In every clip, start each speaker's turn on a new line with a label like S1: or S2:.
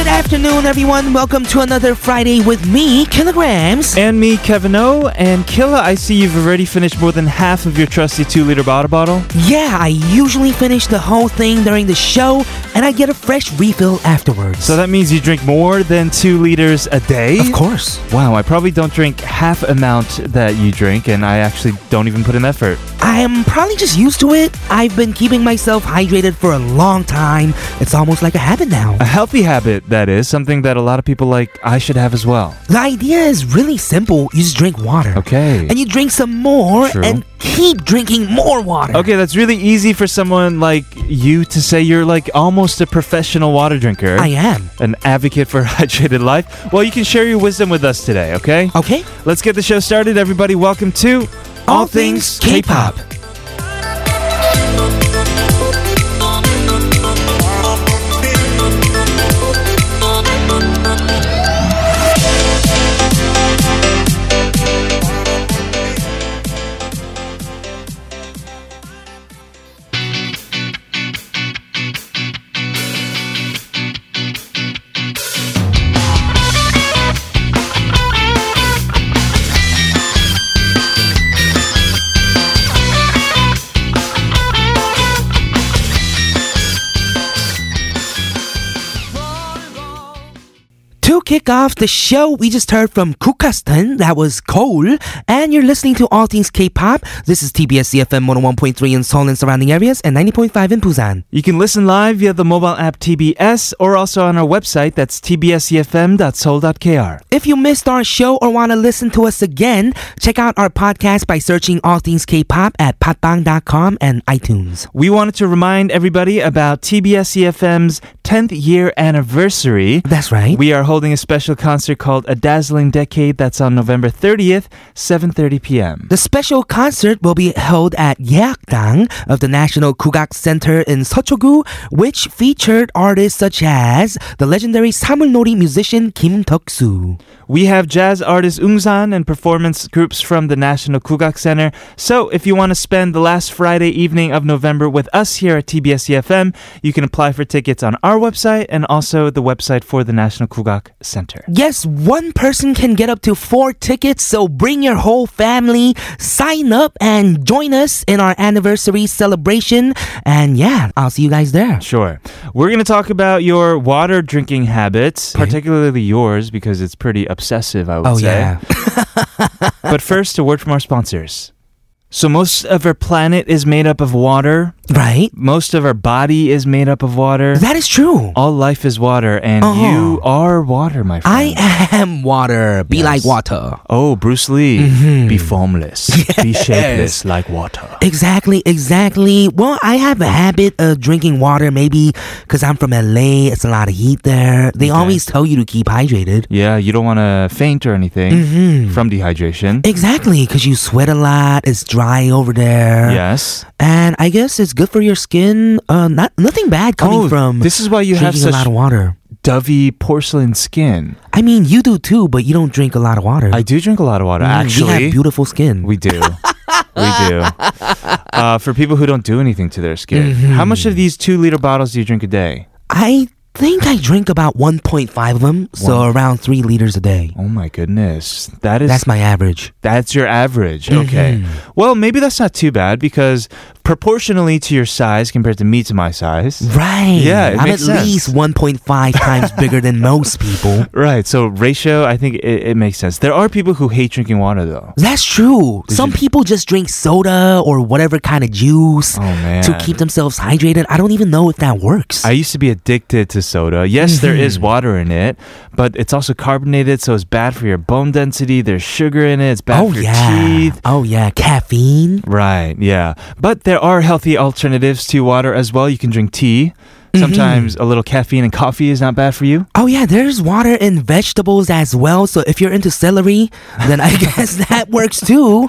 S1: afternoon, everyone. Welcome to another Friday with me, Kilograms.
S2: And me, Kevin O. And Killa, I see you've already finished more than half of your trusty two liter water bottle.
S1: Yeah, I usually finish the whole thing during the show, and I get a fresh refill afterwards.
S2: So that means you drink more than two liters a day?
S1: of course.
S2: Wow, I probably don't drink half amount that you drink, and I actually don't even put in effort.
S1: I am probably just used to it. I've been keeping myself hydrated for a long time. It's almost like a habit now.
S2: A healthy habit, that is, something that a lot of people like I should have as well.
S1: The idea is really simple. You just drink water.
S2: Okay.
S1: And you drink some more
S2: True.
S1: and keep drinking more water.
S2: Okay, that's really easy for someone like you to say you're like almost a professional water drinker.
S1: I am.
S2: an advocate for a hydrated life. Well, you can share your wisdom with us today, okay?
S1: Okay?
S2: Let's get the show started, everybody. Welcome to
S1: All Things K-Pop. To kick off the show, we just heard from Kukastan, that was Cole, and you're listening to All Things K-Pop. This is TBS CFM 101.3 in Seoul and surrounding areas and 90.5 in Busan.
S2: You can listen live via the mobile app TBS or also on our website. That's E tbscfm.soul.kr.
S1: If you missed our show or want to listen to us again, check out our podcast by searching All Things K-Pop at patbang.com and iTunes.
S2: We wanted to remind everybody about TBS EFM's 10th year anniversary.
S1: That's right.
S2: We are holding a special concert called A Dazzling Decade that's on November 30th, 7:30 p.m.
S1: The special concert will be held at Yeakdang of the National Kugak Center in Seochogu, which featured artists such as the legendary Samulnori musician Kim Tuk-soo.
S2: We have jazz artist Ungsan and performance groups from the National Kugak Center. So if you want to spend the last Friday evening of November with us here at TBS EFM, you can apply for tickets on our website and also the website for the National Kugak Center.
S1: Yes, one person can get up to four tickets, so bring your whole family, sign up, and join us in our anniversary celebration. And yeah, I'll see you guys there.
S2: Sure. We're going to talk about your water drinking habits, particularly yours, because it's pretty obsessive, I would
S1: Oh,
S2: say.
S1: yeah.
S2: But first, a word from our sponsors. So, most of our planet is made up of water,
S1: Right?
S2: most of our body is made up of water.
S1: That is true.
S2: All life is water, and
S1: Uh-huh.
S2: you are water, my friend.
S1: I am water. Be like water.
S2: Oh, Bruce Lee,
S1: Mm-hmm.
S2: be formless, be shapeless like water.
S1: Exactly, exactly. Well, I have a habit of drinking water, maybe because I'm from LA. It's a lot of heat there. They always tell you to keep hydrated.
S2: Yeah, you don't want to faint or anything
S1: Mm-hmm.
S2: from dehydration.
S1: Exactly, because you sweat a lot. It's dry over there.
S2: yes.
S1: And I guess it's good for your skin. Uh, not nothing bad coming
S2: Oh,
S1: from
S2: this is why you have
S1: drinking a lot
S2: such
S1: of water.
S2: dovey porcelain skin.
S1: I mean, you do too, but you don't drink a lot of water.
S2: I do drink a lot of water,
S1: Mm,
S2: actually.
S1: we have beautiful skin.
S2: We do. we do. Uh, for people who don't do anything to their skin, how much
S1: Mm-hmm.
S2: of these two liter bottles do you drink a day?
S1: I think I drink about 1.5 of them, so around three liters a day.
S2: Oh my goodness. That is
S1: That's my average.
S2: That's your average.
S1: Mm-hmm.
S2: Okay. Well, maybe that's not too bad because proportionally to your size compared to me to my size.
S1: Right.
S2: Yeah, it
S1: I'm
S2: makes
S1: at
S2: sense.
S1: least 1.5 times bigger than most people.
S2: Right. So ratio, I think it, it makes sense. There are people who hate drinking water though.
S1: That's true. Some people just drink soda or whatever kind of juice
S2: Oh man.
S1: to keep themselves hydrated. I don't even know if that works.
S2: I used to be addicted to soda. Yes, there is
S1: Mm-hmm.
S2: water in it, but it's also carbonated, so it's bad for your bone density. There's sugar in it. It's bad
S1: oh
S2: for your
S1: yeah.
S2: teeth.
S1: Oh yeah, caffeine.
S2: Right, yeah. But there are healthy alternatives to water as well. You can drink tea.
S1: Mm-hmm.
S2: Sometimes a little caffeine and coffee is not bad for you.
S1: Oh yeah, there's water in vegetables as well. So if you're into celery, then I guess that works too.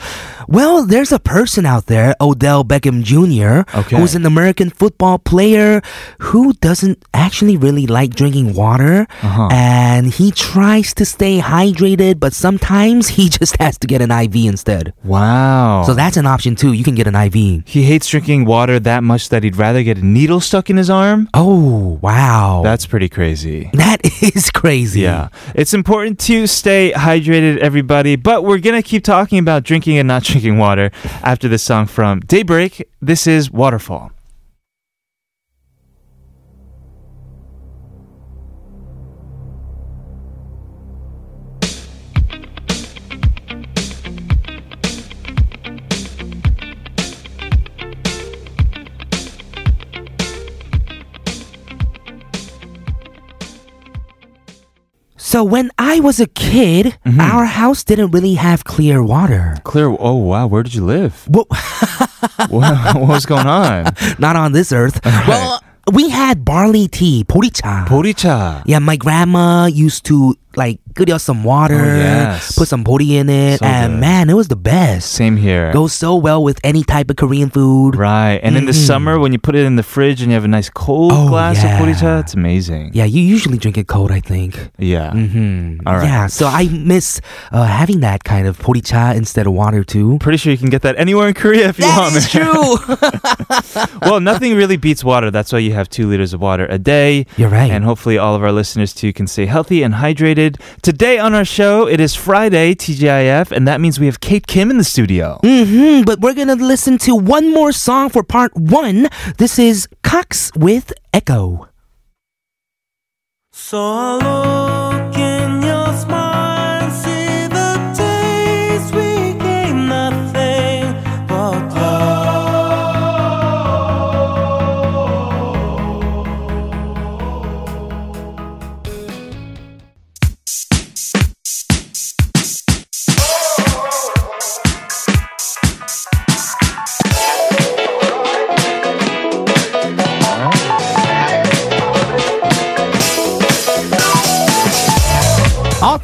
S1: Well, there's a person out there, Odell Beckham Jr.,
S2: Okay.
S1: who's an American football player who doesn't actually really like drinking water.
S2: Uh-huh.
S1: And he tries to stay hydrated, but sometimes he just has to get an IV instead.
S2: Wow.
S1: So that's an option too. You can get an IV.
S2: he hates drinking water that much that he'd rather get a needle stuck in his arm?
S1: Oh, wow.
S2: That's pretty crazy.
S1: that is crazy.
S2: Yeah. It's important to stay hydrated, everybody, but we're going to keep talking about drinking and not drinking water after this song from Daybreak. This is Waterfall.
S1: So when I was a kid,
S2: Mm-hmm.
S1: our house didn't really have clear water.
S2: Clear. Oh, wow. Where did you live?
S1: Well,
S2: what, what was going on?
S1: not on this earth. Well, we had barley tea, 보리차.
S2: 보리차.
S1: yeah, my grandma used to like 끓여 some water,
S2: Oh, yes.
S1: put some bori in it,
S2: So
S1: and
S2: good.
S1: man, it was the best.
S2: Same here.
S1: Goes so well with any type of Korean food.
S2: Right. And in the summer, when you put it in the fridge and you have a nice cold
S1: Oh,
S2: glass
S1: yeah.
S2: of bochicha, it's amazing.
S1: Yeah, you usually drink it cold, I think.
S2: Yeah.
S1: hmm
S2: All right.
S1: Yeah, so I miss uh, having that kind of boricha instead of water too.
S2: Pretty sure you can get that anywhere in Korea if you
S1: That
S2: want.
S1: is
S2: man.
S1: true.
S2: well, nothing really beats water. That's why you have two liters of water a day.
S1: You're right.
S2: And hopefully, all of our listeners too can stay healthy and hydrated. Today on our show, it is Friday, TGIF, and that means we have Kate Kim in the studio.
S1: hmm but we're gonna listen to one more song for part one. This is Cox with Echo.
S3: So I look in your smile and see the days we gain nothing but love.
S1: All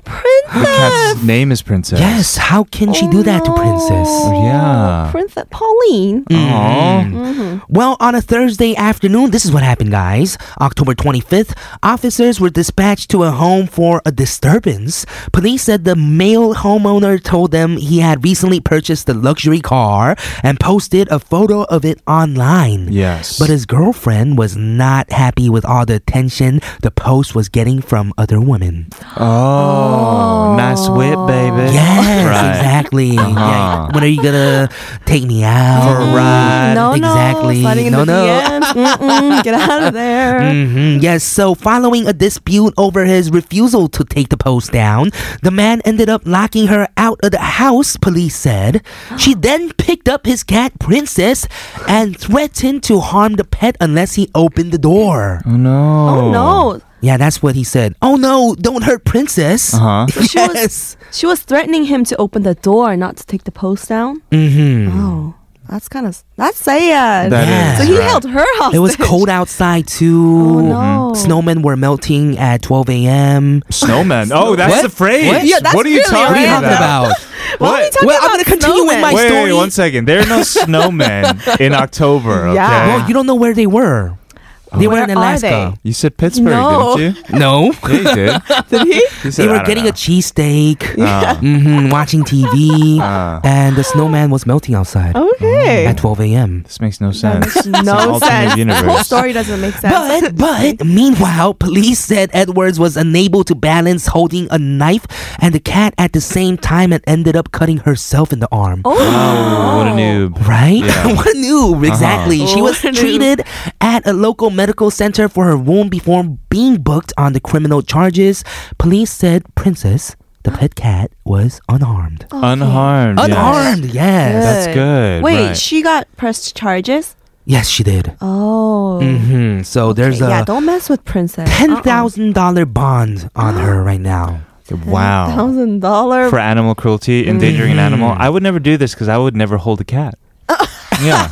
S2: The cat's name is Princess.
S1: Yes,
S4: Oh,
S1: how can she do that to princess?
S2: Oh, yeah.
S1: Mm-hmm.
S4: Princess Pauline.
S2: Aw.
S1: Well, on a Thursday afternoon, this is what happened, guys. October 25th, officers were dispatched to a home for a disturbance. Police said the male homeowner told them he had recently purchased the luxury car and posted a photo of it online.
S2: Yes.
S1: But his girlfriend was not happy with all the attention the post was getting from other women.
S2: Oh, nice whip, baby.
S1: Yes,
S2: Right. Uh-huh.
S1: exactly. Yeah, when are you gonna take me out
S2: For a ride.
S4: No,
S1: Exactly.
S4: no, sliding in
S1: No,
S4: the
S1: no.
S4: DMs. Mm-mm, get out of there.
S2: Mm,
S1: hmm Yes, so following a dispute over his refusal to take the post down, the man ended up locking her out of the house, police said. She then picked up his cat, Princess, and threatened to harm the pet unless he opened the door.
S2: Oh no.
S4: Oh no,
S1: Yeah, that's what he said. Oh no, don't hurt Princess.
S2: Uh huh.
S1: yes.
S4: Uh-huh. She was- she was threatening him to open the door, not to take the post down.
S1: mm-hmm.
S4: Oh, that's kind of that's sad.
S2: That
S1: Yeah.
S2: is
S4: so he
S2: right.
S4: held her hostage.
S1: It was cold outside
S4: Oh
S1: too. Mm-hmm.
S4: no.
S1: Snowmen were melting at 12 a.m.
S2: Snowman. Oh, that's
S1: What?
S2: the phrase.
S1: What?
S4: Yeah, that's
S2: what are you
S4: really
S1: What are
S2: talking
S1: you
S4: random.
S1: talking about?
S4: Why are we
S2: What?
S4: talking
S1: Well, I'm
S4: about
S1: gonna continue with my
S4: snowmen?
S2: Wait,
S1: story?
S2: wait, one second. There are no snowmen in October. Okay.
S4: Yeah.
S1: Well, Oh, you don't know where they were. They were
S4: Where
S1: in
S4: are
S1: Alaska.
S2: You said Pittsburgh,
S4: No.
S2: didn't you?
S1: No.
S2: Yeah, you did.
S4: Did he?
S2: You said,
S1: They
S2: I
S1: were
S2: don't
S1: getting
S2: know.
S1: a cheesesteak,
S2: Ah.
S1: hmm watching TV,
S2: Ah.
S1: and the snowman was melting outside
S4: Uh. Okay.
S1: at 12 a.m.
S2: This makes no sense. It's an
S4: no
S2: alternate
S4: sense. The whole
S2: universe.
S4: story doesn't make sense.
S1: But but meanwhile, police said Edwards was unable to balance holding a knife and the cat at the same time and ended up cutting herself in the arm.
S4: oh,
S2: Oh, what a noob.
S1: Right?
S2: Yeah. Uh-huh.
S1: what a noob. Exactly. She was
S4: Oh, What a noob.
S1: treated at a local medical center for her wound before being booked on the criminal charges. Police said Princess, the pet cat, was unharmed.
S2: Unharmed. yes.
S1: Unharmed, yes.
S2: That's good,
S4: Wait,
S2: right.
S4: she got pressed charges.
S1: Yes, she did.
S4: Oh,
S1: hmm So there's a
S4: yeah. Don't mess with princess.
S1: ten thousand dollar bond on her right now.
S2: Wow.
S4: Uh-uh. thousand dollar.
S2: For animal cruelty, endangering an animal. I would never do this because I would never hold a cat. yeah.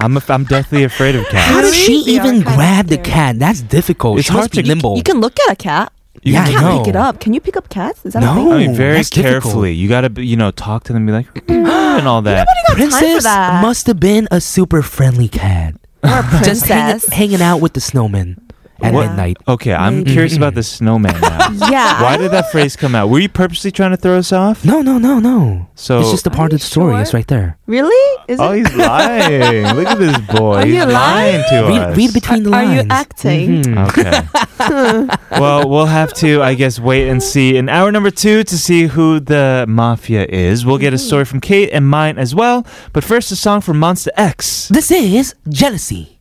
S2: I'm, a, I'm deathly afraid of cats.
S1: How did she
S4: Really? They are
S1: even
S4: kind of
S1: grab the
S4: scary.
S1: cat? That's difficult.
S2: It's
S1: she must
S2: hard
S1: be
S2: to- you-
S1: nimble.
S4: You can look at a cat.
S2: You
S1: Yeah,
S2: can
S1: I
S4: Can't
S1: know.
S4: pick it up. Can you pick up cats? Is that a
S1: No.
S4: thing?
S2: I mean, very
S1: that's difficult.
S2: carefully. You got to, you know, talk to them, be like, and all that.
S4: time for
S1: Princess
S4: that.
S1: must have been a super friendly cat.
S4: Or a
S1: Just hanging,
S4: princess.
S1: hanging out with the snowman at
S4: What?
S1: midnight.
S2: Okay, I'm curious about the snowman now.
S4: yeah.
S2: Why did that phrase come out? Were you purposely trying to throw us off?
S1: No, no, no, no.
S2: So-
S1: it's just a part
S4: Are
S1: of the
S4: you
S1: story.
S4: sure?
S1: It's right there.
S4: Really? Is
S2: Oh,
S4: it?
S2: he's lying. Look at this boy.
S4: Are
S2: he's
S4: you
S2: lying? to
S1: Read,
S2: us.
S1: read between the
S4: Are
S1: lines.
S4: you acting?
S1: Mhm.
S2: Okay. well, we'll have to, I guess, wait and see in hour number two to see who the mafia is. We'll get a story from Kate and mine as well. But first, a song from Monster X.
S1: This is jealousy.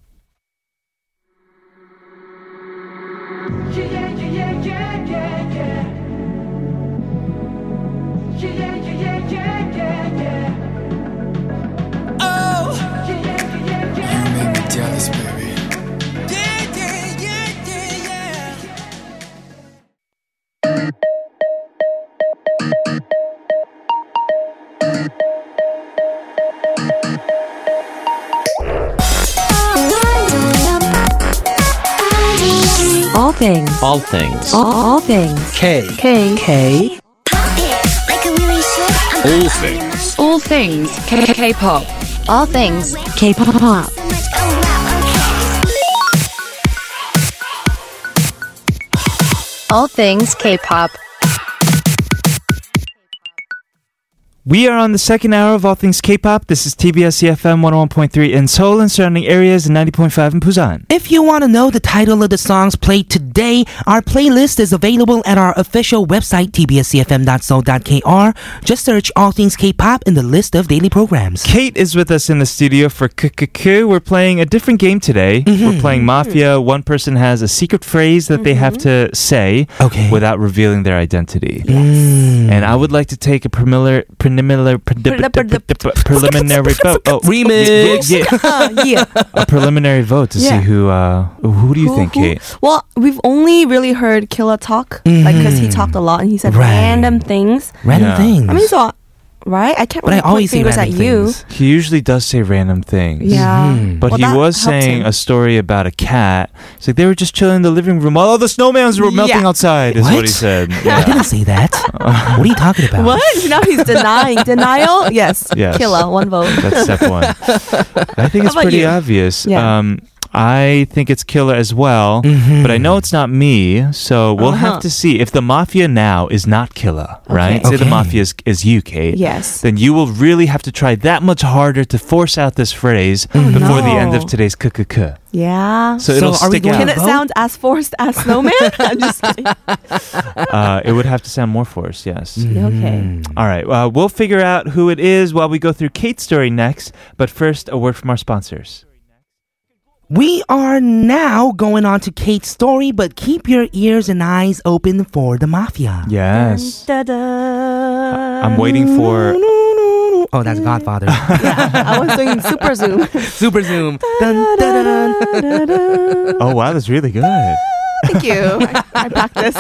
S5: All things. All things. All, all things. K. K. K.
S6: All things.
S5: All things. K. K. Pop. All things. K. Pop. All things K. Pop.
S2: We are on the second hour of All Things K-pop. This is TBS EFM 101.3 in Seoul and surrounding areas and 90.5 in Busan.
S1: If you want to know the title of the songs played today, our playlist is available at our official website, tbscfm.so.kr. Just search All Things K-Pop in the list of daily programs.
S2: Kate is with us in the studio for KKK. We're playing a different game today.
S4: Mm-hmm.
S2: We're playing
S4: Hmm.
S2: Mafia. One person has a secret phrase that they have
S4: Mm-hmm.
S2: to say
S4: Eh.
S1: Okay.
S2: without revealing their identity.
S1: Mm.
S4: Mm.
S2: And I would like to take a preliminary preliminary preliminary vote. Oh,
S1: Remix.
S2: yeah, yeah.
S4: Uh, yeah.
S2: A preliminary vote to see
S4: Yeah.
S2: who uh who do you
S4: Who-
S2: think,
S4: who-
S2: Kate?
S4: Well, we've only really heard Killa talk, like because he talked a lot and he said
S1: Right.
S4: random things.
S1: Random
S2: Yeah.
S1: things.
S4: I mean, so right? I can't
S1: But I
S4: really
S1: always say
S4: point fingers
S1: random
S4: at you.
S1: things.
S2: He usually does say random things.
S1: Mhm.
S4: Yeah.
S2: Mm-hmm. But
S4: Well,
S2: he
S4: that
S2: was
S4: helped
S2: saying
S4: him.
S2: a story about a cat. It's like they were just chilling in the living room. All the snowman's were melting
S4: Yeah.
S2: outside, is what,
S1: What?
S2: he said.
S1: I
S2: Yeah.
S1: didn't say that. what are you talking about?
S4: What? Now he's denying. Denial? Yes.
S2: Yes.
S4: Killer, one vote.
S2: That's step one. I think it's
S4: about
S2: pretty
S4: you?
S2: obvious.
S4: Yeah. Mm-hmm.
S2: Um, I think it's killer as well,
S1: Mhm.
S2: but I know it's not me. So we'll have
S4: Uh-huh.
S2: to see if the mafia now is not killer, right? Say the
S1: Okay.
S2: mafia is, is you, Kate.
S4: Yes.
S2: Then you will really have to try that much harder to force out this phrase before the end of
S4: Oh, no.
S2: today's kkk.
S4: Yeah.
S2: So,
S1: So
S2: it'll
S1: are we
S2: stick
S1: going
S2: out.
S4: Can
S1: Yeah.
S4: it sound as forced as snowman? I'm just kidding.
S2: uh, it would have to sound more forced, yes.
S4: Mm.
S1: Mm.
S4: Okay.
S2: All right, uh, we'll figure out who it is while we go through Kate's story next. But first, a word from our sponsors.
S1: We are now going on to Kate's story, but keep your ears and eyes open for the mafia.
S2: Yes.
S4: Da-da.
S2: I'm waiting for.
S1: Oh, that's Godfather.
S4: I was doing super zoom.
S1: Super Zoom. Dun, dun, dun.
S2: Oh, wow, that's really good.
S4: Thank you. I, I practice.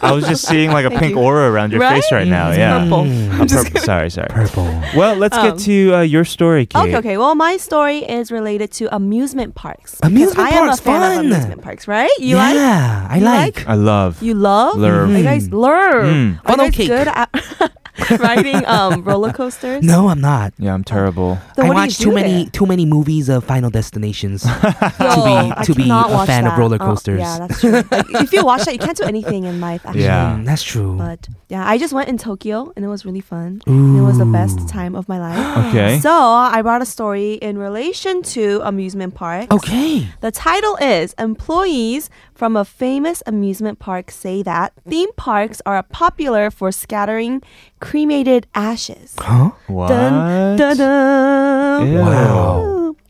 S2: I was just seeing like a
S4: Thank
S2: pink
S4: you.
S2: aura around your face right now.
S1: It's
S2: Yeah.
S4: Purple.
S2: Uh, purple. Sorry, sorry.
S1: Purple.
S2: Well, let's
S4: Um,
S2: get to uh, your story, Kate.
S4: Okay, okay. Well, my story is related to amusement parks. because
S1: Amusement
S4: I am
S1: parks,
S4: a fan
S1: fun.
S4: of amusement parks, right? You like?
S1: yeah, I
S4: You
S1: like.
S4: like?
S2: I love.
S4: You love?
S2: Love.
S4: Are you guys love?
S2: Mm.
S4: Are you
S1: Funnel
S4: guys
S1: cake.
S4: good at riding um, roller coasters?
S1: No, I'm not.
S2: yeah, I'm terrible.
S4: Then
S1: I
S4: what do you
S1: watched
S4: do
S1: too many
S4: there?
S1: too many movies of Final Destinations.
S4: No,
S1: be-
S4: I
S1: to be
S4: cannot
S1: a
S4: watch
S1: fan of
S4: that.
S1: roller
S4: Uh,
S1: coasters.
S4: yeah, that's true. Like, if you watch that, you can't do anything in life. Actually.
S2: Yeah.
S1: Mm, that's true.
S4: But yeah, I just went in Tokyo and it was really fun. And It was the best time of my life.
S2: Okay.
S4: So I brought a story in relation to amusement parks.
S1: okay.
S4: The title is Employees from a Famous Amusement Park Say That Theme Parks Are Popular for Scattering Cremated Ashes.
S1: Huh?
S2: what?
S4: Dun, dun, dun.
S2: Ew.
S1: Wow.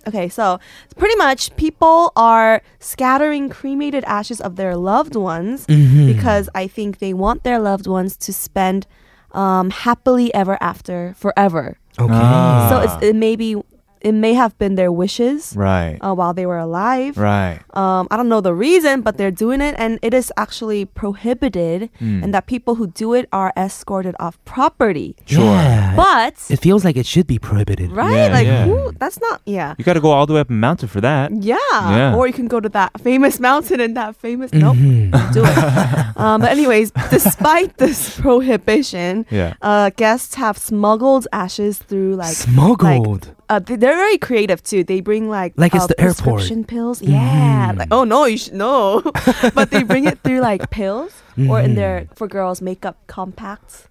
S4: Okay, so pretty much people are scattering cremated ashes of their loved ones because I think they want their loved ones to spend um, happily ever after forever.
S1: Okay.
S2: Ah.
S4: So it's, it may be, it may have been their wishes
S2: Right.
S4: uh, while they were alive.
S2: Right.
S4: Um, I don't know the reason, but they're doing it, and it is actually prohibited, and that people who do it are escorted off property.
S2: Sure.
S1: Yeah.
S4: But
S1: it feels like it should be prohibited.
S4: right,
S2: Yeah,
S4: like
S2: yeah.
S4: who? That's not yeah.
S2: You got to go all the way up a mountain for that.
S4: Yeah.
S2: Yeah.
S4: Or you can go to that famous mountain and that famous. Nope.
S1: Mm-hmm.
S4: don't Do it. um, but, anyways, despite this prohibition,
S2: Yeah.
S4: uh, guests have smuggled ashes through like.
S1: Smuggled.
S4: Like, uh, th- they're very creative too. They bring like
S1: Like it's
S4: uh,
S1: the airport. Mm-hmm.
S4: prescription pills. Yeah, like oh no, you should no. but they bring it through like pills or in their for girls makeup compact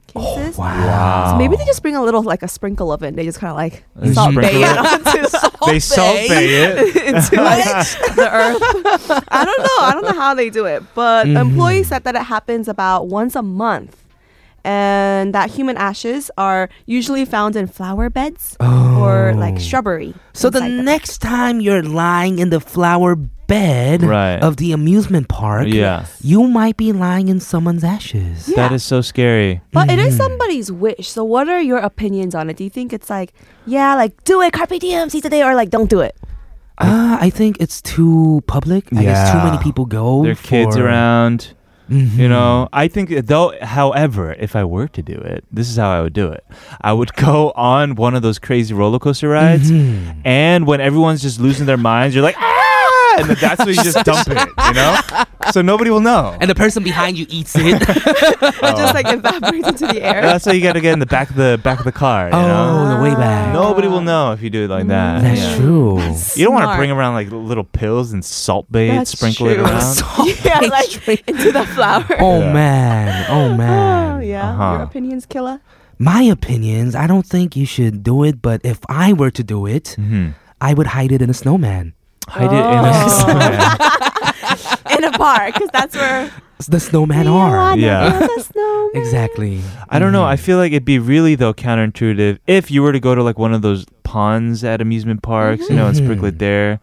S1: Mm-hmm.
S4: cases.
S1: Oh, wow.
S4: Uh, So maybe they just bring a little like a sprinkle of it. and They just kind of like
S2: They
S4: salt
S2: sprinkle
S4: bay
S2: it.
S4: it onto
S2: They salt bay it.
S4: into like the earth. I don't know. I don't know how they do it, but the employee said that it happens about once a month. And that human ashes are usually found in flower beds or like shrubbery.
S1: So the
S4: things like that.
S1: next time you're lying in the flower bed
S2: Right.
S1: of the amusement park,
S2: Yeah.
S1: you might be lying in someone's ashes.
S2: That is so scary.
S4: But it is somebody's wish. So what are your opinions on it? Do you think it's like, yeah, like do it, carpe diem, see today, or like don't do it?
S1: Uh, I think it's too public. I guess too
S2: Yeah.
S1: many people go.
S2: There are kids
S1: for-
S2: around.
S1: Mhm.
S2: You know, I think though. However, if I were to do it, this is how I would do it. I would go on one of those crazy roller coaster rides,
S1: Mm-hmm.
S2: and when everyone's just losing their minds, you're like, ah, and then that's when you just dump it. You know, so nobody will know.
S1: And the person behind you eats it.
S4: It just like evaporates into the air.
S2: And that's why you got to get in the back of the back of the car. You
S1: oh,
S2: know,
S1: the way back.
S2: nobody will know if you do it like that.
S1: That's
S2: Yeah.
S1: true.
S2: You don't want to
S4: Smart.
S2: bring around like little pills and salt bait,
S4: That's
S2: sprinkle it
S4: true.
S2: around.
S4: yeah, like into the flower.
S1: Oh
S2: Yeah.
S1: man, oh
S4: Oh,
S1: man.
S4: yeah.
S2: Uh-huh.
S4: Your opinions, killer?
S1: My opinions, I don't think you should do it, but if I were to do it,
S2: Mhm.
S1: I would hide it in a snowman.
S2: Hide it in a
S4: Oh.
S2: snowman.
S4: in a park because that's where
S1: The snowman are.
S2: Yeah.
S1: Exactly.
S2: I don't know.
S1: Mm-hmm.
S2: I feel like it'd be really though counterintuitive if you were to go to like one of those ponds at amusement parks, you know, and sprinkle
S1: Mm-hmm.
S2: it there.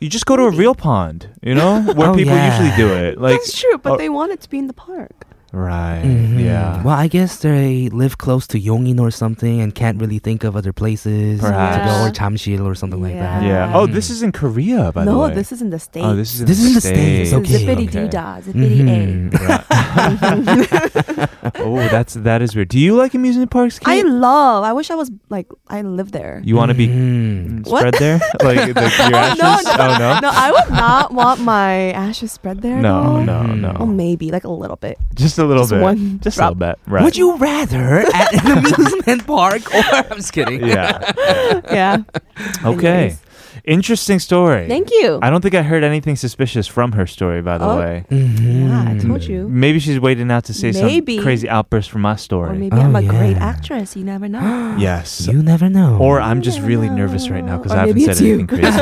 S2: You just go to a real pond, you know,
S1: Oh,
S2: where people
S1: yeah.
S2: usually do it. Like
S4: that's true,
S2: oh,
S4: but they want it to be in the park.
S2: Right.
S1: Mhm.
S2: Yeah.
S1: Well, I guess they live close to Yongin or something and can't really think of other places to
S2: Perhaps.
S1: go or Jamsil or something like that.
S2: yeah. Oh, this is in Korea, by the
S4: no,
S2: way.
S4: this is in the States.
S2: Oh, this is in
S1: This
S2: the
S1: is in the
S2: States.
S1: States, okay.
S4: Zippity doo dah, zippity
S2: Mm-hmm.
S1: Mm-hmm.
S4: a.
S2: Right. oh, that's that is weird. Do you like amusement parks?
S4: I
S2: Kate?
S4: love. I wish I was like I live there.
S2: You want to be
S1: Mm.
S4: What?
S2: spread there, like the, your ashes?
S4: no, no,
S2: oh no.
S4: No, I would not want my ashes spread there.
S2: No,
S4: though.
S2: no, no.
S4: Oh,
S1: Mm-hmm.
S4: maybe like a little bit.
S2: Just a little
S4: Just
S2: bit.
S4: one
S2: just a
S4: drop.
S2: little bit. Right.
S1: Would you rather at an amusement park or I'm just kidding.
S2: Yeah.
S4: Yeah.
S2: Okay.
S4: Anyways.
S2: Interesting story.
S4: Thank you.
S2: I don't think I heard anything suspicious from her story, by the
S4: Oh.
S2: way. Mm-hmm.
S4: yeah, I told you.
S2: Maybe she's waiting out to say
S4: Maybe.
S2: some crazy outburst from my
S4: Or
S2: story.
S4: maybe
S1: Oh,
S4: I'm a great
S1: yeah.
S4: actress. You never know.
S2: Yes.
S1: You never know.
S2: Or I'm just really nervous right now because
S4: Or
S2: I haven't
S4: maybe
S2: said
S4: it's you.
S2: anything crazy.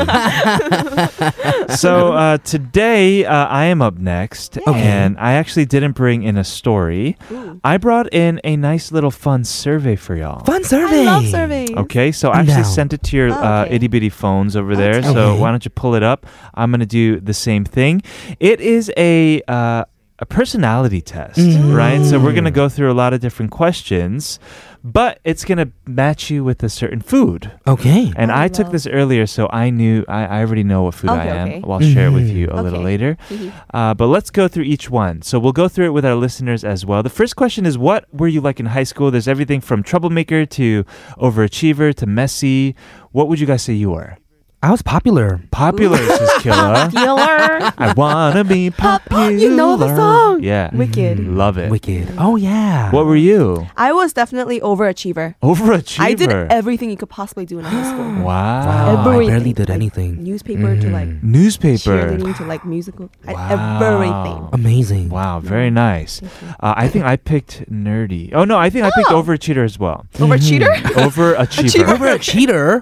S2: so uh, today uh, I am up next,
S1: Okay.
S2: and I actually didn't bring in a story. I brought in a nice little fun survey for y'all.
S1: fun survey.
S4: I love surveys.
S2: Okay, so I actually
S1: No.
S2: sent it to your
S4: Oh,
S2: uh,
S4: okay.
S2: itty bitty phones over there.
S4: Okay.
S2: So
S1: Okay.
S2: why don't you pull it up? I'm gonna do the same thing. It is a uh, a personality test,
S1: Mm.
S2: right? So we're gonna go through a lot of different questions, but it's gonna match you with a certain food.
S1: Okay.
S2: And I,
S4: I
S2: took
S4: love-
S2: this earlier, so I knew I, I already know what food I
S4: Oh, Okay,
S2: am.
S4: okay.
S2: I'll share it with
S1: Mhm.
S2: you a little later.
S4: Okay.
S2: Uh, but let's go through each one. So we'll go through it with our listeners as well. The first question is What were you like in high school? There's everything from troublemaker to overachiever to messy. What would you guys say you were?
S1: I was popular.
S2: Popular, says Killa.
S4: Dealer.
S2: I wanna be popular.
S4: you know the song.
S2: Yeah. Mm,
S4: Wicked.
S2: Love it.
S1: Wicked. Oh yeah.
S2: What were you?
S4: I was definitely overachiever.
S2: Overachiever.
S4: I did everything you could possibly do in high school.
S1: Wow,
S2: Wow.
S1: I
S4: Everything.
S1: barely did
S4: Like,
S1: anything.
S4: Newspaper to like
S2: Newspaper.
S4: cheerleading to like musical. I-
S2: Mm-hmm. Wow.
S4: Everything.
S1: Amazing.
S2: Wow, very nice. Uh, I think I picked nerdy. Oh no, I think I picked
S4: Oh.
S2: overachiever as well.
S4: Overachieter.
S2: Overachiever.
S1: Over a cheater? Are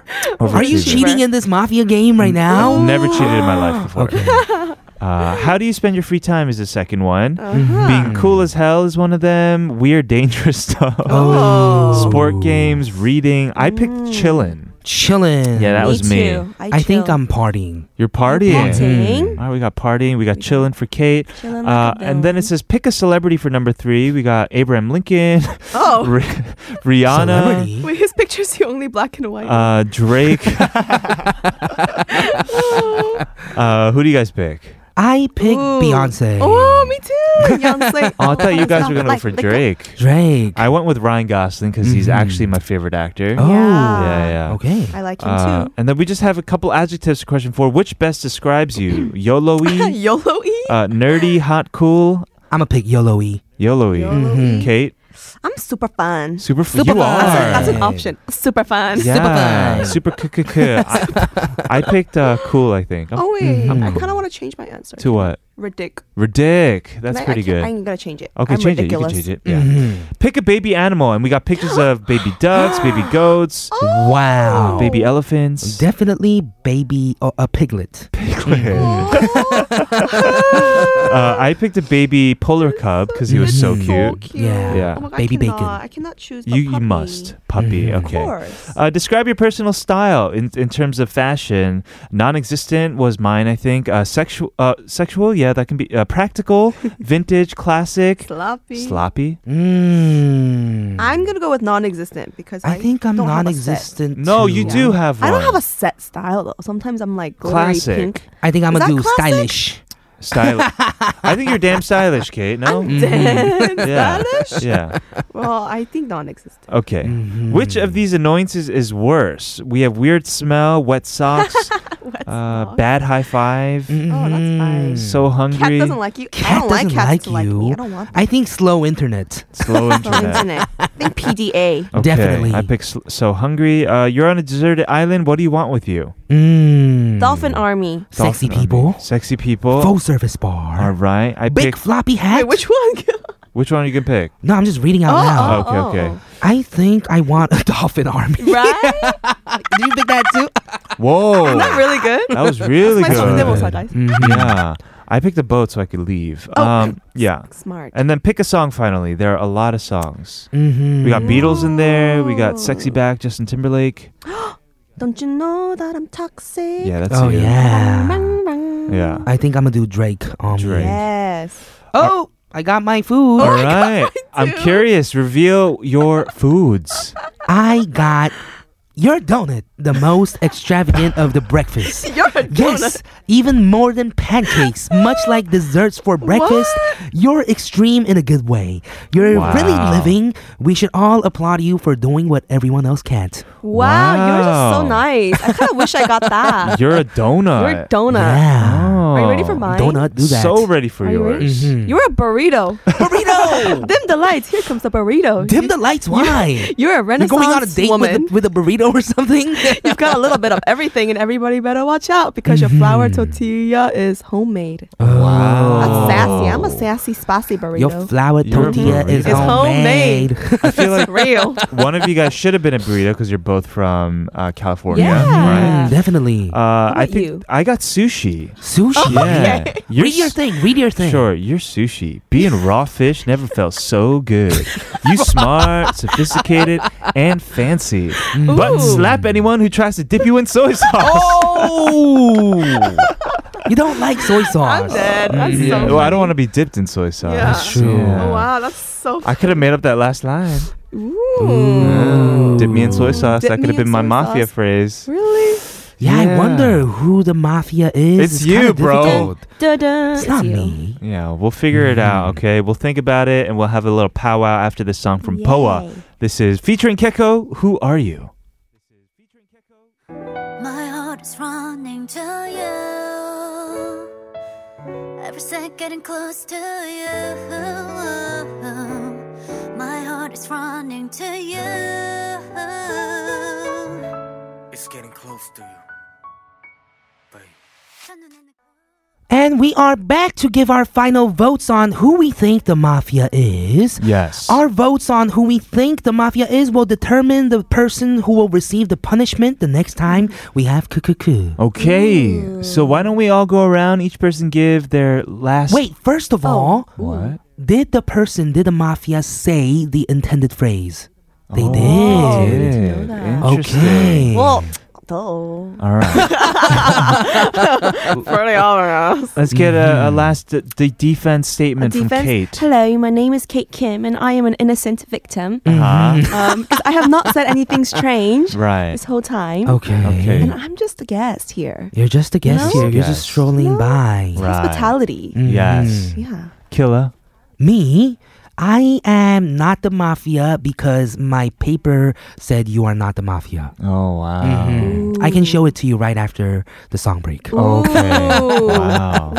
S1: you
S2: Overachiever.
S1: cheating in this mafia game right now?
S2: Never cheated in my life before. Uh, how do you spend your free time? Is the second one. Mm-hmm.
S4: Uh-huh. Hmm.
S2: Being cool as hell is one of them. Weird, dangerous stuff.
S1: Oh.
S2: Sport games, reading. I picked chillin'.
S1: Chilling.
S2: Yeah, that
S4: me
S2: was me.
S4: Too. I,
S1: I think
S4: chill.
S1: I'm partying.
S2: You're partying. Hmm.
S4: Partying.
S2: All right, we got partying. We got chillin' for Kate.
S4: Chillin' like
S2: Uh,
S4: a
S2: and then it
S4: villain.
S2: says pick a celebrity for number three. We got Abraham Lincoln,
S4: Oh.
S2: Ri- Rihanna.
S1: Celebrity?
S4: Wait, his picture's the only black and white.
S2: Uh, Drake. uh, who do you guys pick?
S1: I picked
S4: Ooh.
S1: Beyonce.
S4: Oh, me too. Beyonce.
S2: Oh, I thought you guys were gonna go
S4: Like-
S2: for
S4: like-
S2: Drake.
S1: Drake.
S2: I went with Ryan Gosling because he's
S1: Mhm.
S2: actually my favorite actor.
S1: Oh.
S4: Uh,
S2: Yeah, yeah.
S1: Okay.
S4: I like him
S2: Uh, and then we just have a couple adjectives. to Question four: Which best describes you?
S4: too.
S2: Yoloy,
S4: YOLO E.
S2: uh, nerdy, hot, cool.
S1: I'm a pick Yoloey.
S2: Yoloy.
S1: Mhm.
S2: Kate,
S4: I'm Mm-hmm. super fun.
S2: Mm-hmm. super. f-
S1: Super
S2: you
S1: fun.
S2: are.
S4: That's, a- that's an
S1: Alright.
S4: option. Super fun.
S2: yeah,
S1: fun.
S2: super. k- k- k. I I picked uh, cool. I think.
S4: Oh wait,
S1: Mhm.
S4: I kind of want to change my answer.
S2: Mm-hmm. To what?
S4: Ridic.
S2: Ridic. That's
S4: I- I
S2: pretty good.
S4: can't- I'm gonna change it.
S2: Okay,
S4: I'm
S2: change
S4: ridiculous.
S2: it. You can change it. Yeah.
S1: Mm-hmm.
S2: Pick a baby animal, and we got pictures of baby ducks, baby goats,
S4: Oh!
S1: Wow.
S2: baby elephants.
S1: Definitely baby or a piglet.
S2: uh, I picked a baby polar cub because he was so
S1: Mhm.
S2: cute.
S4: So cute.
S1: Yeah.
S2: Yeah.
S4: Oh my God,
S1: Baby
S4: I cannot,
S1: bacon.
S4: I cannot choose. but
S2: You, you
S4: puppy.
S2: must puppy.
S1: Mhm. Of
S2: Okay.
S4: Of course.
S2: Uh, describe your personal style in, in terms of fashion. Non-existent was mine, I think. Uh, sexual, uh, sexual, yeah, that can be uh, practical, vintage, classic,
S4: Sloppy.
S2: sloppy.
S1: Mm.
S4: I'm gonna go with non-existent because I,
S1: I think I'm
S4: don't have a set.
S1: non-existent.
S2: No,
S1: too.
S2: you do have. One.
S4: I don't have a set style though. Sometimes I'm like glittery
S2: Classic.
S4: pink.
S1: I think I'm
S4: Is
S1: gonna do
S4: that classic?
S1: stylish.
S2: style. I think you're damn stylish, Kate. No.
S4: Damn,
S2: Oh, mm-hmm. yeah.
S4: stylish.
S2: Yeah.
S4: Well, I think non-existent.
S2: Okay.
S1: Mm-hmm.
S2: Which of these annoyances is worse? We have weird smell, wet socks,
S4: What's
S2: uh, bad high 5
S1: Mm-hmm.
S4: Oh, that's fine.
S2: so
S4: Cat
S2: hungry,
S4: doesn't like you. I
S1: Cat
S4: don't like
S1: doesn't
S4: cats
S1: like
S4: to like
S1: you.
S4: me. I don't want.
S1: I think slow internet.
S2: slow
S4: So isn't
S2: internet.
S4: it? I think PDA.
S2: Okay,
S1: Definitely.
S2: I pick sl- so hungry. Uh, you're on a deserted island. What do you want with you?
S1: Mm.
S4: Dolphin Army.
S1: Sexy
S2: Dolphin
S1: people.
S2: army. Oh. Sexy people.
S1: Full service
S2: All
S1: bar.
S2: right. I
S1: Big
S2: pick.
S1: floppy hat.
S4: Wait, which one?
S2: Which one are you gonna pick?
S1: no, I'm just reading out
S4: Oh,
S1: loud.
S4: oh.
S2: okay. Okay.
S1: I think I want a dolphin army.
S4: right?
S1: do you think that too?
S2: Whoa.
S4: Not really good.
S2: That was really
S4: My
S1: good. Mm.
S4: Sunday was
S2: good.
S4: like, I-
S1: Mm-hmm.
S2: yeah. I picked a boat so I could leave.
S4: Oh.
S2: Um, yeah.
S4: Smart.
S2: And then pick a song finally. There are a lot of songs.
S1: Mm-hmm.
S2: We got Beatles in there. We got Sexy Back, Justin Timberlake.
S4: Don't you know that I'm toxic?
S2: Yeah, that's
S1: Oh
S2: you.
S1: yeah.
S4: Rang, rang.
S2: Yeah.
S1: I think I'm gonna do Drake. Um,
S2: Drake.
S4: Yes.
S1: Oh, I got my food.
S2: All right. I'm curious. Reveal your foods.
S1: I got your donut, the most extravagant of the breakfast.
S4: You're a
S1: Yes, even more than pancakes, much like desserts for breakfast. You're extreme in a good way. You're really
S2: Wow.
S1: living. We should all applaud you for doing what everyone else can't.
S4: Wow, you're just so
S2: Wow.
S4: nice. I kind of wish I got that.
S2: You're a donut.
S4: You're a donut.
S1: Yeah.
S2: Oh.
S4: Are you ready for mine?
S1: Donut, do that.
S2: So ready for
S4: Are you ready?
S2: yours.
S4: You're a burrito.
S1: burrito.
S4: Dim the lights. Here comes the burrito.
S1: Dim
S4: You-
S1: the lights. Why?
S4: You're
S1: You're
S4: a renaissance
S1: going on a date with
S4: woman.
S1: a, with a burrito or something?
S4: You've got a little bit of everything, and everybody better watch out because your flour tortilla is homemade.
S1: wow.
S4: That's sassy. I'm a sassy, spicy
S1: Oh.
S4: burrito.
S1: Your flour
S2: Your
S1: tortilla
S2: burrito.
S1: is
S2: It's
S1: homemade.
S4: homemade.
S2: I feel like
S4: it's real.
S2: one of you guys should have been a burrito because you're both from uh, California,
S4: Yeah.
S1: Mm,
S2: right?
S1: definitely.
S2: Uh, I
S4: about
S2: think
S4: you? Oh,
S2: I got sushi.
S1: Sushi.
S2: Yeah. You're
S1: Read your
S2: s-
S1: thing. Read your thing.
S2: Sure, you're sushi. Being raw fish never felt so good. You smart, sophisticated, and fancy. But slap anyone who tries to dip you in soy sauce.
S4: Oh,
S1: Oh. you don't like soy sauce.
S4: I'm dead. That's so
S2: Yeah. Well, I don't want to be dipped in soy sauce.
S4: Yeah. That's
S1: true.
S2: Yeah.
S4: Oh, wow, that's so.
S2: I could have made up that last line.
S4: Ooh.
S2: Dip me in soy sauce.
S4: Dip
S2: that could
S4: me
S2: have been
S4: in
S2: my
S4: soy
S2: mafia
S4: sauce.
S2: phrase.
S4: Really?
S1: Yeah, I
S2: Yeah.
S1: wonder who the mafia is.
S2: It's
S1: kinda
S2: you, bro.
S1: difficult.
S4: Dun-dun.
S1: It's not
S4: you.
S1: me.
S2: Yeah, we'll figure it
S4: Mm.
S2: out, okay? We'll think about it and we'll have a little powwow after this song from Poa. This is featuring Keko, Who Are You?
S6: My heart is running to you. Every second getting close to you. My heart is running to you.
S3: It's getting close to you, babe.
S1: And we are back to give our final votes on who we think the mafia is.
S2: Yes.
S1: Our votes on who we think the mafia is will determine the person who will receive the punishment the next time we have kukuku.
S2: Okay, so why don't we all go around? Each person give their last.
S1: Wait, first of all,
S2: What?
S1: did the person, did the mafia say the intended phrase? They
S2: Oh,
S1: did.
S2: did. Interesting.
S1: Okay.
S4: Well, duh.
S2: All right.
S4: Pretty obvious.
S2: Let's get a, a last d- d- defense statement from Kate.
S4: Hello, my name is Kate Kim, and I am an innocent victim.
S2: Uh-huh.
S1: Mm-hmm.
S4: Um, 'cause I have not said anything strange
S2: Right.
S4: this whole time,
S1: okay.
S2: Okay.
S4: and I'm just a guest here.
S1: You're just a guest
S2: No?
S1: here. You're
S2: Guest.
S1: just strolling
S4: No.
S1: by.
S2: Right. Mm.
S4: Hospitality.
S1: Mhm.
S2: Yes.
S4: Yeah.
S2: Killer.
S1: Me, I am not the mafia because my paper said you are not the mafia.
S2: Oh, wow.
S4: Mm-hmm.
S1: Mhm. I can show it to you right after the song break.
S2: Okay.
S4: Ooh.
S2: Wow.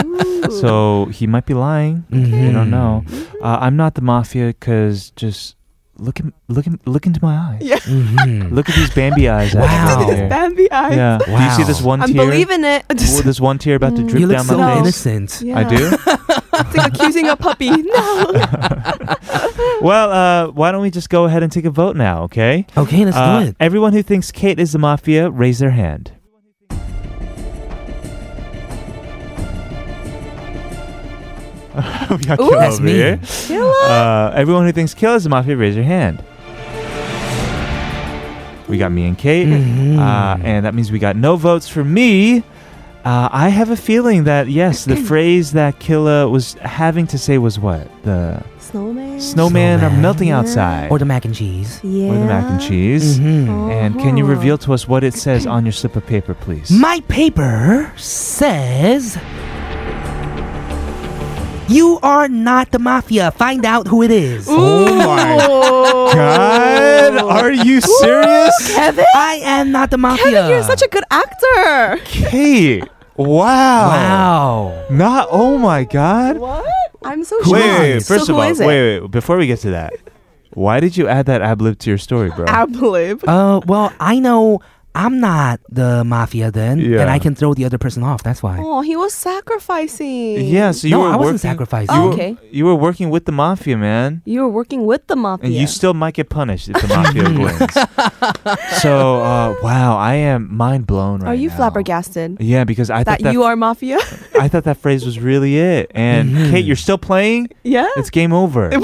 S2: So he might be lying. You
S1: Mm-hmm.
S2: don't know. Uh, I'm not the mafia because just look at look at look into my eyes.
S4: Yeah.
S1: Mhm.
S2: Look at these Bambi eyes. I have
S1: Wow.
S2: over here.
S4: Bambi eyes.
S2: Yeah. Do you see this
S1: Wow.
S2: one
S4: I'm
S2: tear?
S4: believing it.
S2: Well, there's one tear about to drip
S1: You look
S2: down my
S1: so
S4: No.
S2: face.
S1: innocent.
S4: Yeah.
S2: I do.
S4: It's like accusing a puppy. No.
S2: Well, uh, why don't we just go ahead and take a vote now, okay?
S1: Okay, let's do
S2: Uh,
S1: it.
S2: Everyone who thinks Kate is the mafia, raise their hand. we got
S4: Ooh.
S2: Killa
S1: That's
S2: over
S1: me.
S2: here. Uh, everyone who thinks Killa is the mafia, raise your hand. We got me and Kate,
S1: Mm-hmm.
S2: uh, and that means we got no votes for me. Uh, I have a feeling that yes, the phrase that Killa was having to say was what the
S4: Snowman.
S2: snowman, are
S1: Snowman.
S2: melting outside,
S1: Or the mac and cheese.
S4: Yeah.
S2: or the mac and cheese.
S1: Mhm.
S2: And can you
S4: Uh-huh.
S2: reveal to us what it says on your slip of paper, please?
S1: My paper says. You are not the mafia. Find out who it is.
S2: oh my
S4: Oh.
S2: god! Are you serious, Ah,
S4: Kevin?
S1: I am not the mafia.
S4: Kevin, you're such a good actor.
S2: Kate? Wow!
S1: Wow.
S2: Not oh my god!
S4: What? I'm so
S2: Wait,
S4: shocked.
S2: wait, wait,
S4: So
S2: first of
S4: who
S2: all,
S4: is
S2: wait,
S4: it?
S2: wait, wait, before we get to that, why did you add that ad lib to your story, bro?
S4: Ab lib.
S1: Uh, well, I know I'm not the mafia then,
S2: Yeah.
S1: and I can throw the other person off. That's why.
S4: Oh, he was sacrificing. Oh,
S2: yeah, so you
S1: no, I
S2: were
S1: wasn't
S2: working,
S1: sacrificing.
S2: You were,
S4: Okay.
S2: you were working with the mafia, man,
S4: You were working with the
S2: and
S4: mafia.
S2: you still might get punished if the mafia wins. So, uh, wow, I am mind blown right
S4: Are you
S2: now.
S4: flabbergasted
S2: Yeah, because I
S4: that,
S2: thought that
S4: you are Mm-hmm. mafia?
S2: I thought that phrase was really it. And Kate, you're still playing?
S4: yeah.
S2: It's game over. All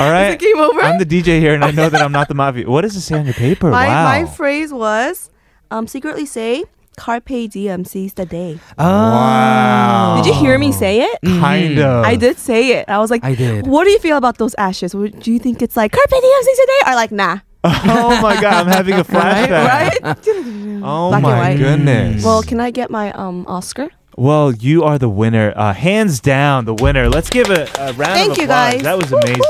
S2: right.
S4: game over?
S2: I'm the DJ here and I know that I'm not the mafia. What does it say on your paper?
S4: my,
S2: wow.
S4: my phrase was um, secretly say, Carpe Diem seize the day.
S1: Oh,
S2: Wow.
S4: Did you hear me say it?
S2: Kind of.
S4: Hmm. I did say it. I was like,
S1: I did.
S4: What do you feel about those ashes? Would- Do you think it's like Carpe Diem seize the day? Or like, nah.
S2: Oh my god, I'm having a flashback.
S4: Right?
S2: Oh
S4: Black and
S2: my
S4: white.
S2: goodness.
S4: well, can I get my um Oscar?
S2: Well, you are the winner, uh, hands down, the winner. Let's give a, a round
S4: Thank
S2: of applause.
S4: you, guys.
S2: That was amazing.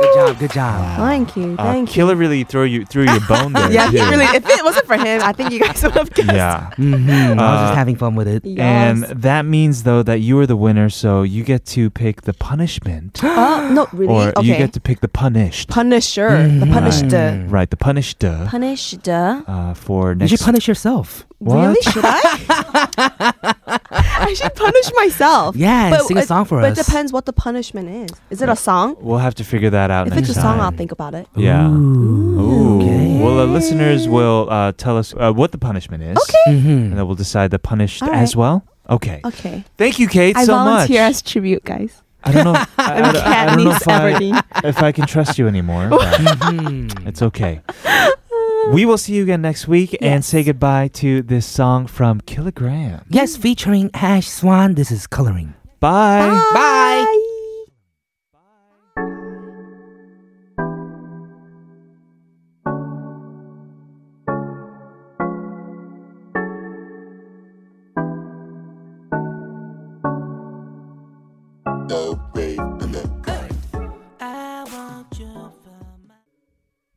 S1: Good job. Good job.
S4: Thank you.
S2: Uh,
S4: Thank you.
S2: Killer really threw you through your bone there.
S4: Yeah, he
S2: too.
S4: really. If it wasn't for him, I think you guys would have guessed.
S2: Yeah.
S1: Mhm. I was
S2: Uh,
S1: just having fun with it.
S2: And that means though that you are the winner, so you get to pick the punishment,
S4: Oh, no, really?
S2: or
S4: okay.
S2: you get to Mm. pick the punished.
S4: Punisher. The Punished.
S2: Right, right, the punished. uh,
S4: Punished.
S2: Uh, for
S1: You
S2: next.
S1: should punish yourself.
S2: What?
S4: Really? Should I? I should punish myself.
S1: Yeah, and sing a
S4: it-
S1: song for
S4: but
S1: us.
S4: it depends what the punishment is. Is it a song?
S2: We'll have to figure that out.
S4: If
S2: next
S4: it's a song, I'll
S2: time.
S4: think about it.
S2: Yeah.
S1: Ooh.
S2: Ooh.
S1: Okay.
S2: Well, uh, listeners will uh, tell us uh, what the punishment is.
S4: Okay.
S1: Mhm.
S2: And uh, then we'll decide the punished
S4: All
S2: as
S4: right.
S2: well. Okay.
S4: Okay.
S2: Thank you, Kate,
S4: I
S2: so much.
S4: volunteer as tribute, guys.
S2: I don't know. I, I
S4: I'm
S2: don't- I don't know if
S4: Katniss
S2: I,
S4: Everdeen.
S2: if I can trust you anymore. but
S1: Mm-hmm.
S2: it's okay. We will see you again next week and say goodbye to this song from Kilogram.
S1: Yes, featuring Ash Swan. This is coloring.
S2: Bye.
S1: Bye.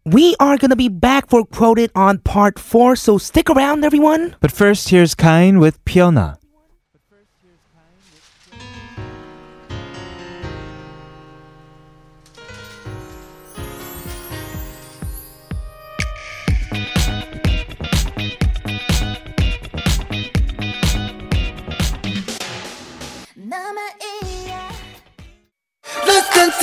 S1: We are going to be back for Quoted on part four, so stick around, everyone.
S2: But first, here's Kain with Piona.
S6: Mama Ia.
S7: Let's dance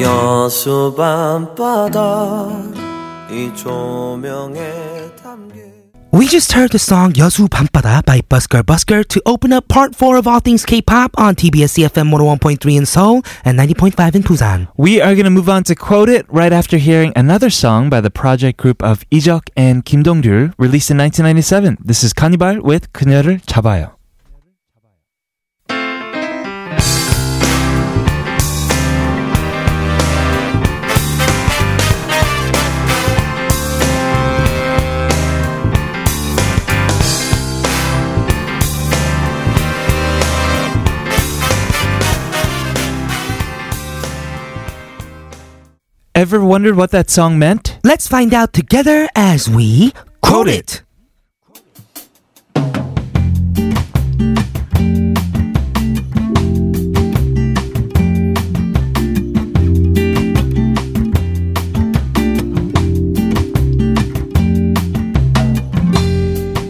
S3: 여수 밤바다 이 조명에 담긴
S1: We just heard the song Yasu Pampada by Busker Busker to open up part four of All Things K-pop on TBS CFM 101.3 in Seoul and 90.5 in Busan.
S2: We are going to move on to Quote It right after hearing another song by the project group of Ijok and Kim Dong-ryul, released in 1997. This is Cannibal with 그녀를 잡아요. Ever wondered what that song meant?
S1: Let's find out together as we quote it.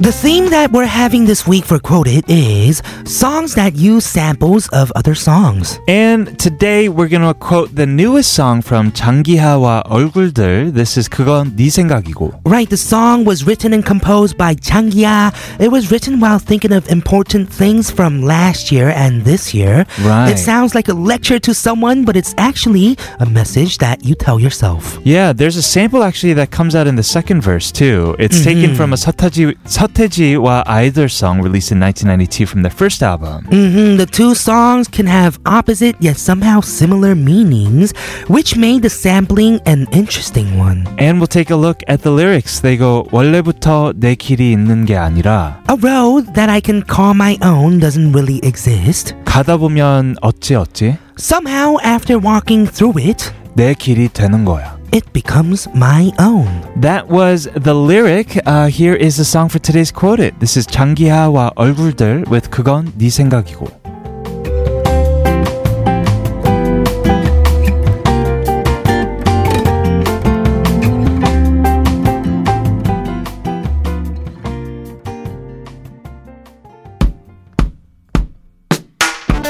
S1: The theme that we're having this week for Quoted is songs that use samples of other songs.
S2: And today we're going to quote the newest song from 장기하와 얼굴들. This is 그건 네 생각이고.
S1: Right, the song was written and composed by Changia. It was written while thinking of important things from last year and this year.
S2: Right.
S1: It sounds like a lecture to someone, but it's actually a message that you tell yourself.
S2: Yeah, there's a sample actually that comes out in the second verse too. It's taken from a 서태지, 서태지와 아이들 song released in 1992 from their first album.
S1: hmm The two songs can have opposite yet somehow similar meanings, which made the sampling an interesting one.
S2: And we'll take a look at the lyrics. They go 원래부터 내 길이 있는 게 아니라
S1: A road that I can call my own doesn't really exist.
S2: 가다 보면 어찌 어찌
S1: Somehow, after walking through it,
S2: 내 길이 되는 거야.
S1: it becomes my own.
S2: That was the lyric. Uh, here is the song for today's quoted. This is 장기하와 얼굴들 with 그건 네 생각이고.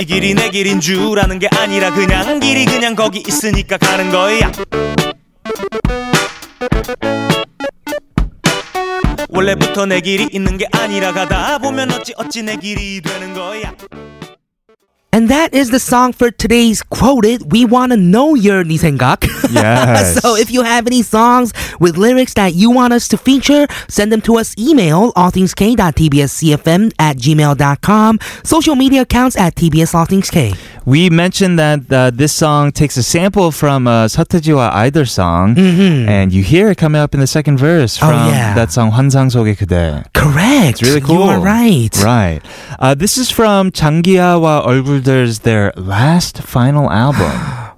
S3: 이 길이 내 길인 줄 아는 게 아니라 그냥 길이 그냥 거기 있으니까 가는 거야 원래부터 내 길이 있는 게 아니라 가다 보면 어찌 어찌 내 길이 되는 거야
S1: And that is the song for today's quoted. We want to know your 네 생각.
S2: Yes.
S1: so if you have any songs with lyrics that you want us to feature, send them to us email allthingsk.tbscfm at gmail.com, social media accounts at tbs allthingsk.
S2: We mentioned that uh, this song takes a sample from uh, 서태지와 Either song, and you hear it coming up in the second verse
S1: Mm-hmm. Oh,
S2: from
S1: yeah.
S2: that song 환상 속의 그대.
S1: Correct.
S2: It's really cool.
S1: You are right.
S2: Right. Uh, this is from 장기하와 얼굴들's their last final album.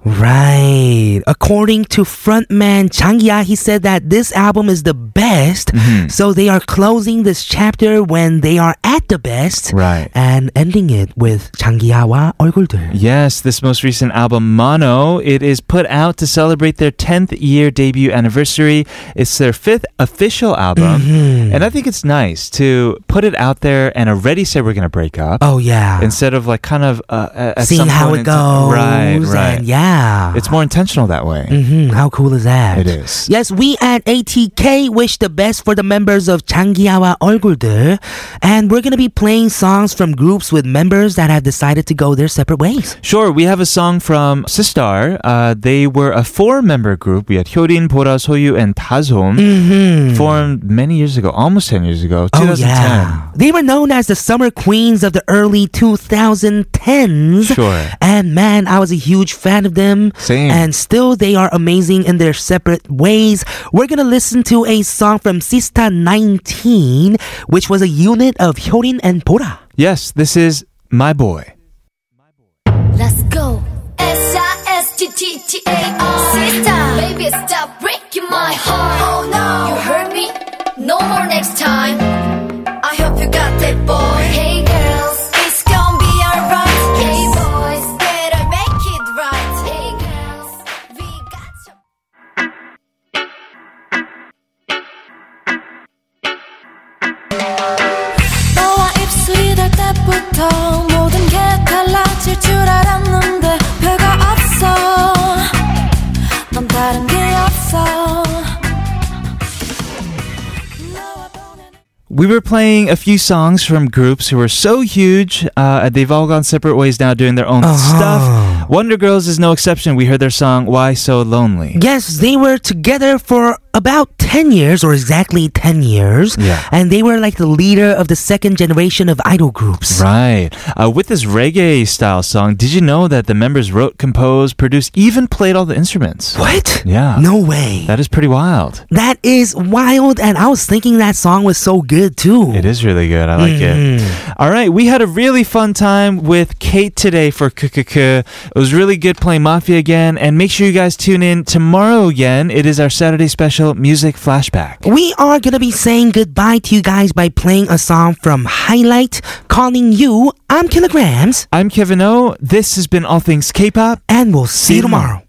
S1: Right. According to frontman Changia, he said that this album is the best.
S2: Mm-hmm.
S1: So they are closing this chapter when they are at the best.
S2: Right.
S1: And ending it with 장기야와 얼굴들.
S2: yes, this most recent album, Mono, it is put out to celebrate their 10th year debut anniversary. It's their fifth official album.
S1: Mm-hmm.
S2: And I think it's nice to put it out there and already say we're going to break up.
S1: Oh yeah.
S2: Instead of like kind of uh, at- at
S1: Seeing
S2: some
S1: how
S2: point
S1: it
S2: in time-
S1: goes.
S2: Right, right.
S1: And yeah.
S2: It's more intentional that way.
S1: hmm How cool is that?
S2: It is.
S1: Yes, we at ATK wish the best for the members of 장기야와 얼굴들, and we're gonna be playing songs from groups with members that have decided to go their separate ways.
S2: Sure, we have a song from Sistar. Uh, they were a four-member group. We had Hyorin, Bora, Soyu, and Tazom. Formed many years ago, almost 10 years ago,
S1: Oh,
S2: 2010.
S1: They were known as the summer queens of the early 2010s.
S2: Sure.
S1: And man, I was a huge fan of them.
S2: Same.
S1: And still, they are amazing in their separate ways. We're gonna listen to a song from Sista 19, which was a unit of Hyorin and Bora.
S2: Yes, this is My Boy.
S6: Let's go. S-I-S-T-T-T-A-R. Sister, baby, stop breaking my heart. Oh no. You heard me? No more next time. I hope you got that boy. Hey girls, it's gonna be alright. Hey boys, better make it right. Hey girls, we got you.
S8: 너와 입술이 될 때부터 모든 게 달라질 줄 알았는데 별거 없어 넌 다른 게 없어 너와 보내는
S2: We were playing a few songs from groups who were so huge. Uh, they've all gone separate ways now, doing their own stuff. Wonder Girls is no exception. We heard their song "Why So Lonely."
S1: Yes, they were together for about 10 years, or exactly 10 years.
S2: Yeah.
S1: And they were like the leader of the second generation of idol groups.
S2: Right. Uh, with this reggae style song, did you know that the members wrote, composed, produced, even played all the instruments?
S1: What?
S2: Yeah.
S1: No way.
S2: That is pretty wild.
S1: that is wild. And I was thinking that song was so good too. Mm.
S2: It is really good. I like it. All right. We had a really fun time with Kate today for KKK. It was really good playing Mafia again. And make sure you guys tune in tomorrow again. It is our Saturday special music flashback.
S1: We are going to be saying goodbye to you guys by playing a song from Highlight, Calling You. I'm Kilograms,
S2: I'm Kevin O. This has been All Things K pop.
S1: and we'll see, you tomorrow.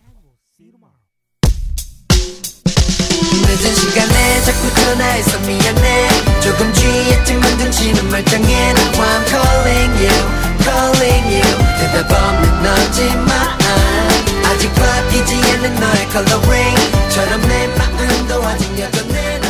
S7: 늦은 시간에 자꾸 전화해서 미안해 조금 취했지 건등치는 말짱해 난 I'm calling you calling you 대답 없는 너지만 아직 바뀌지 않는 너의 coloring 처럼 내 마음도 아직 여전해 난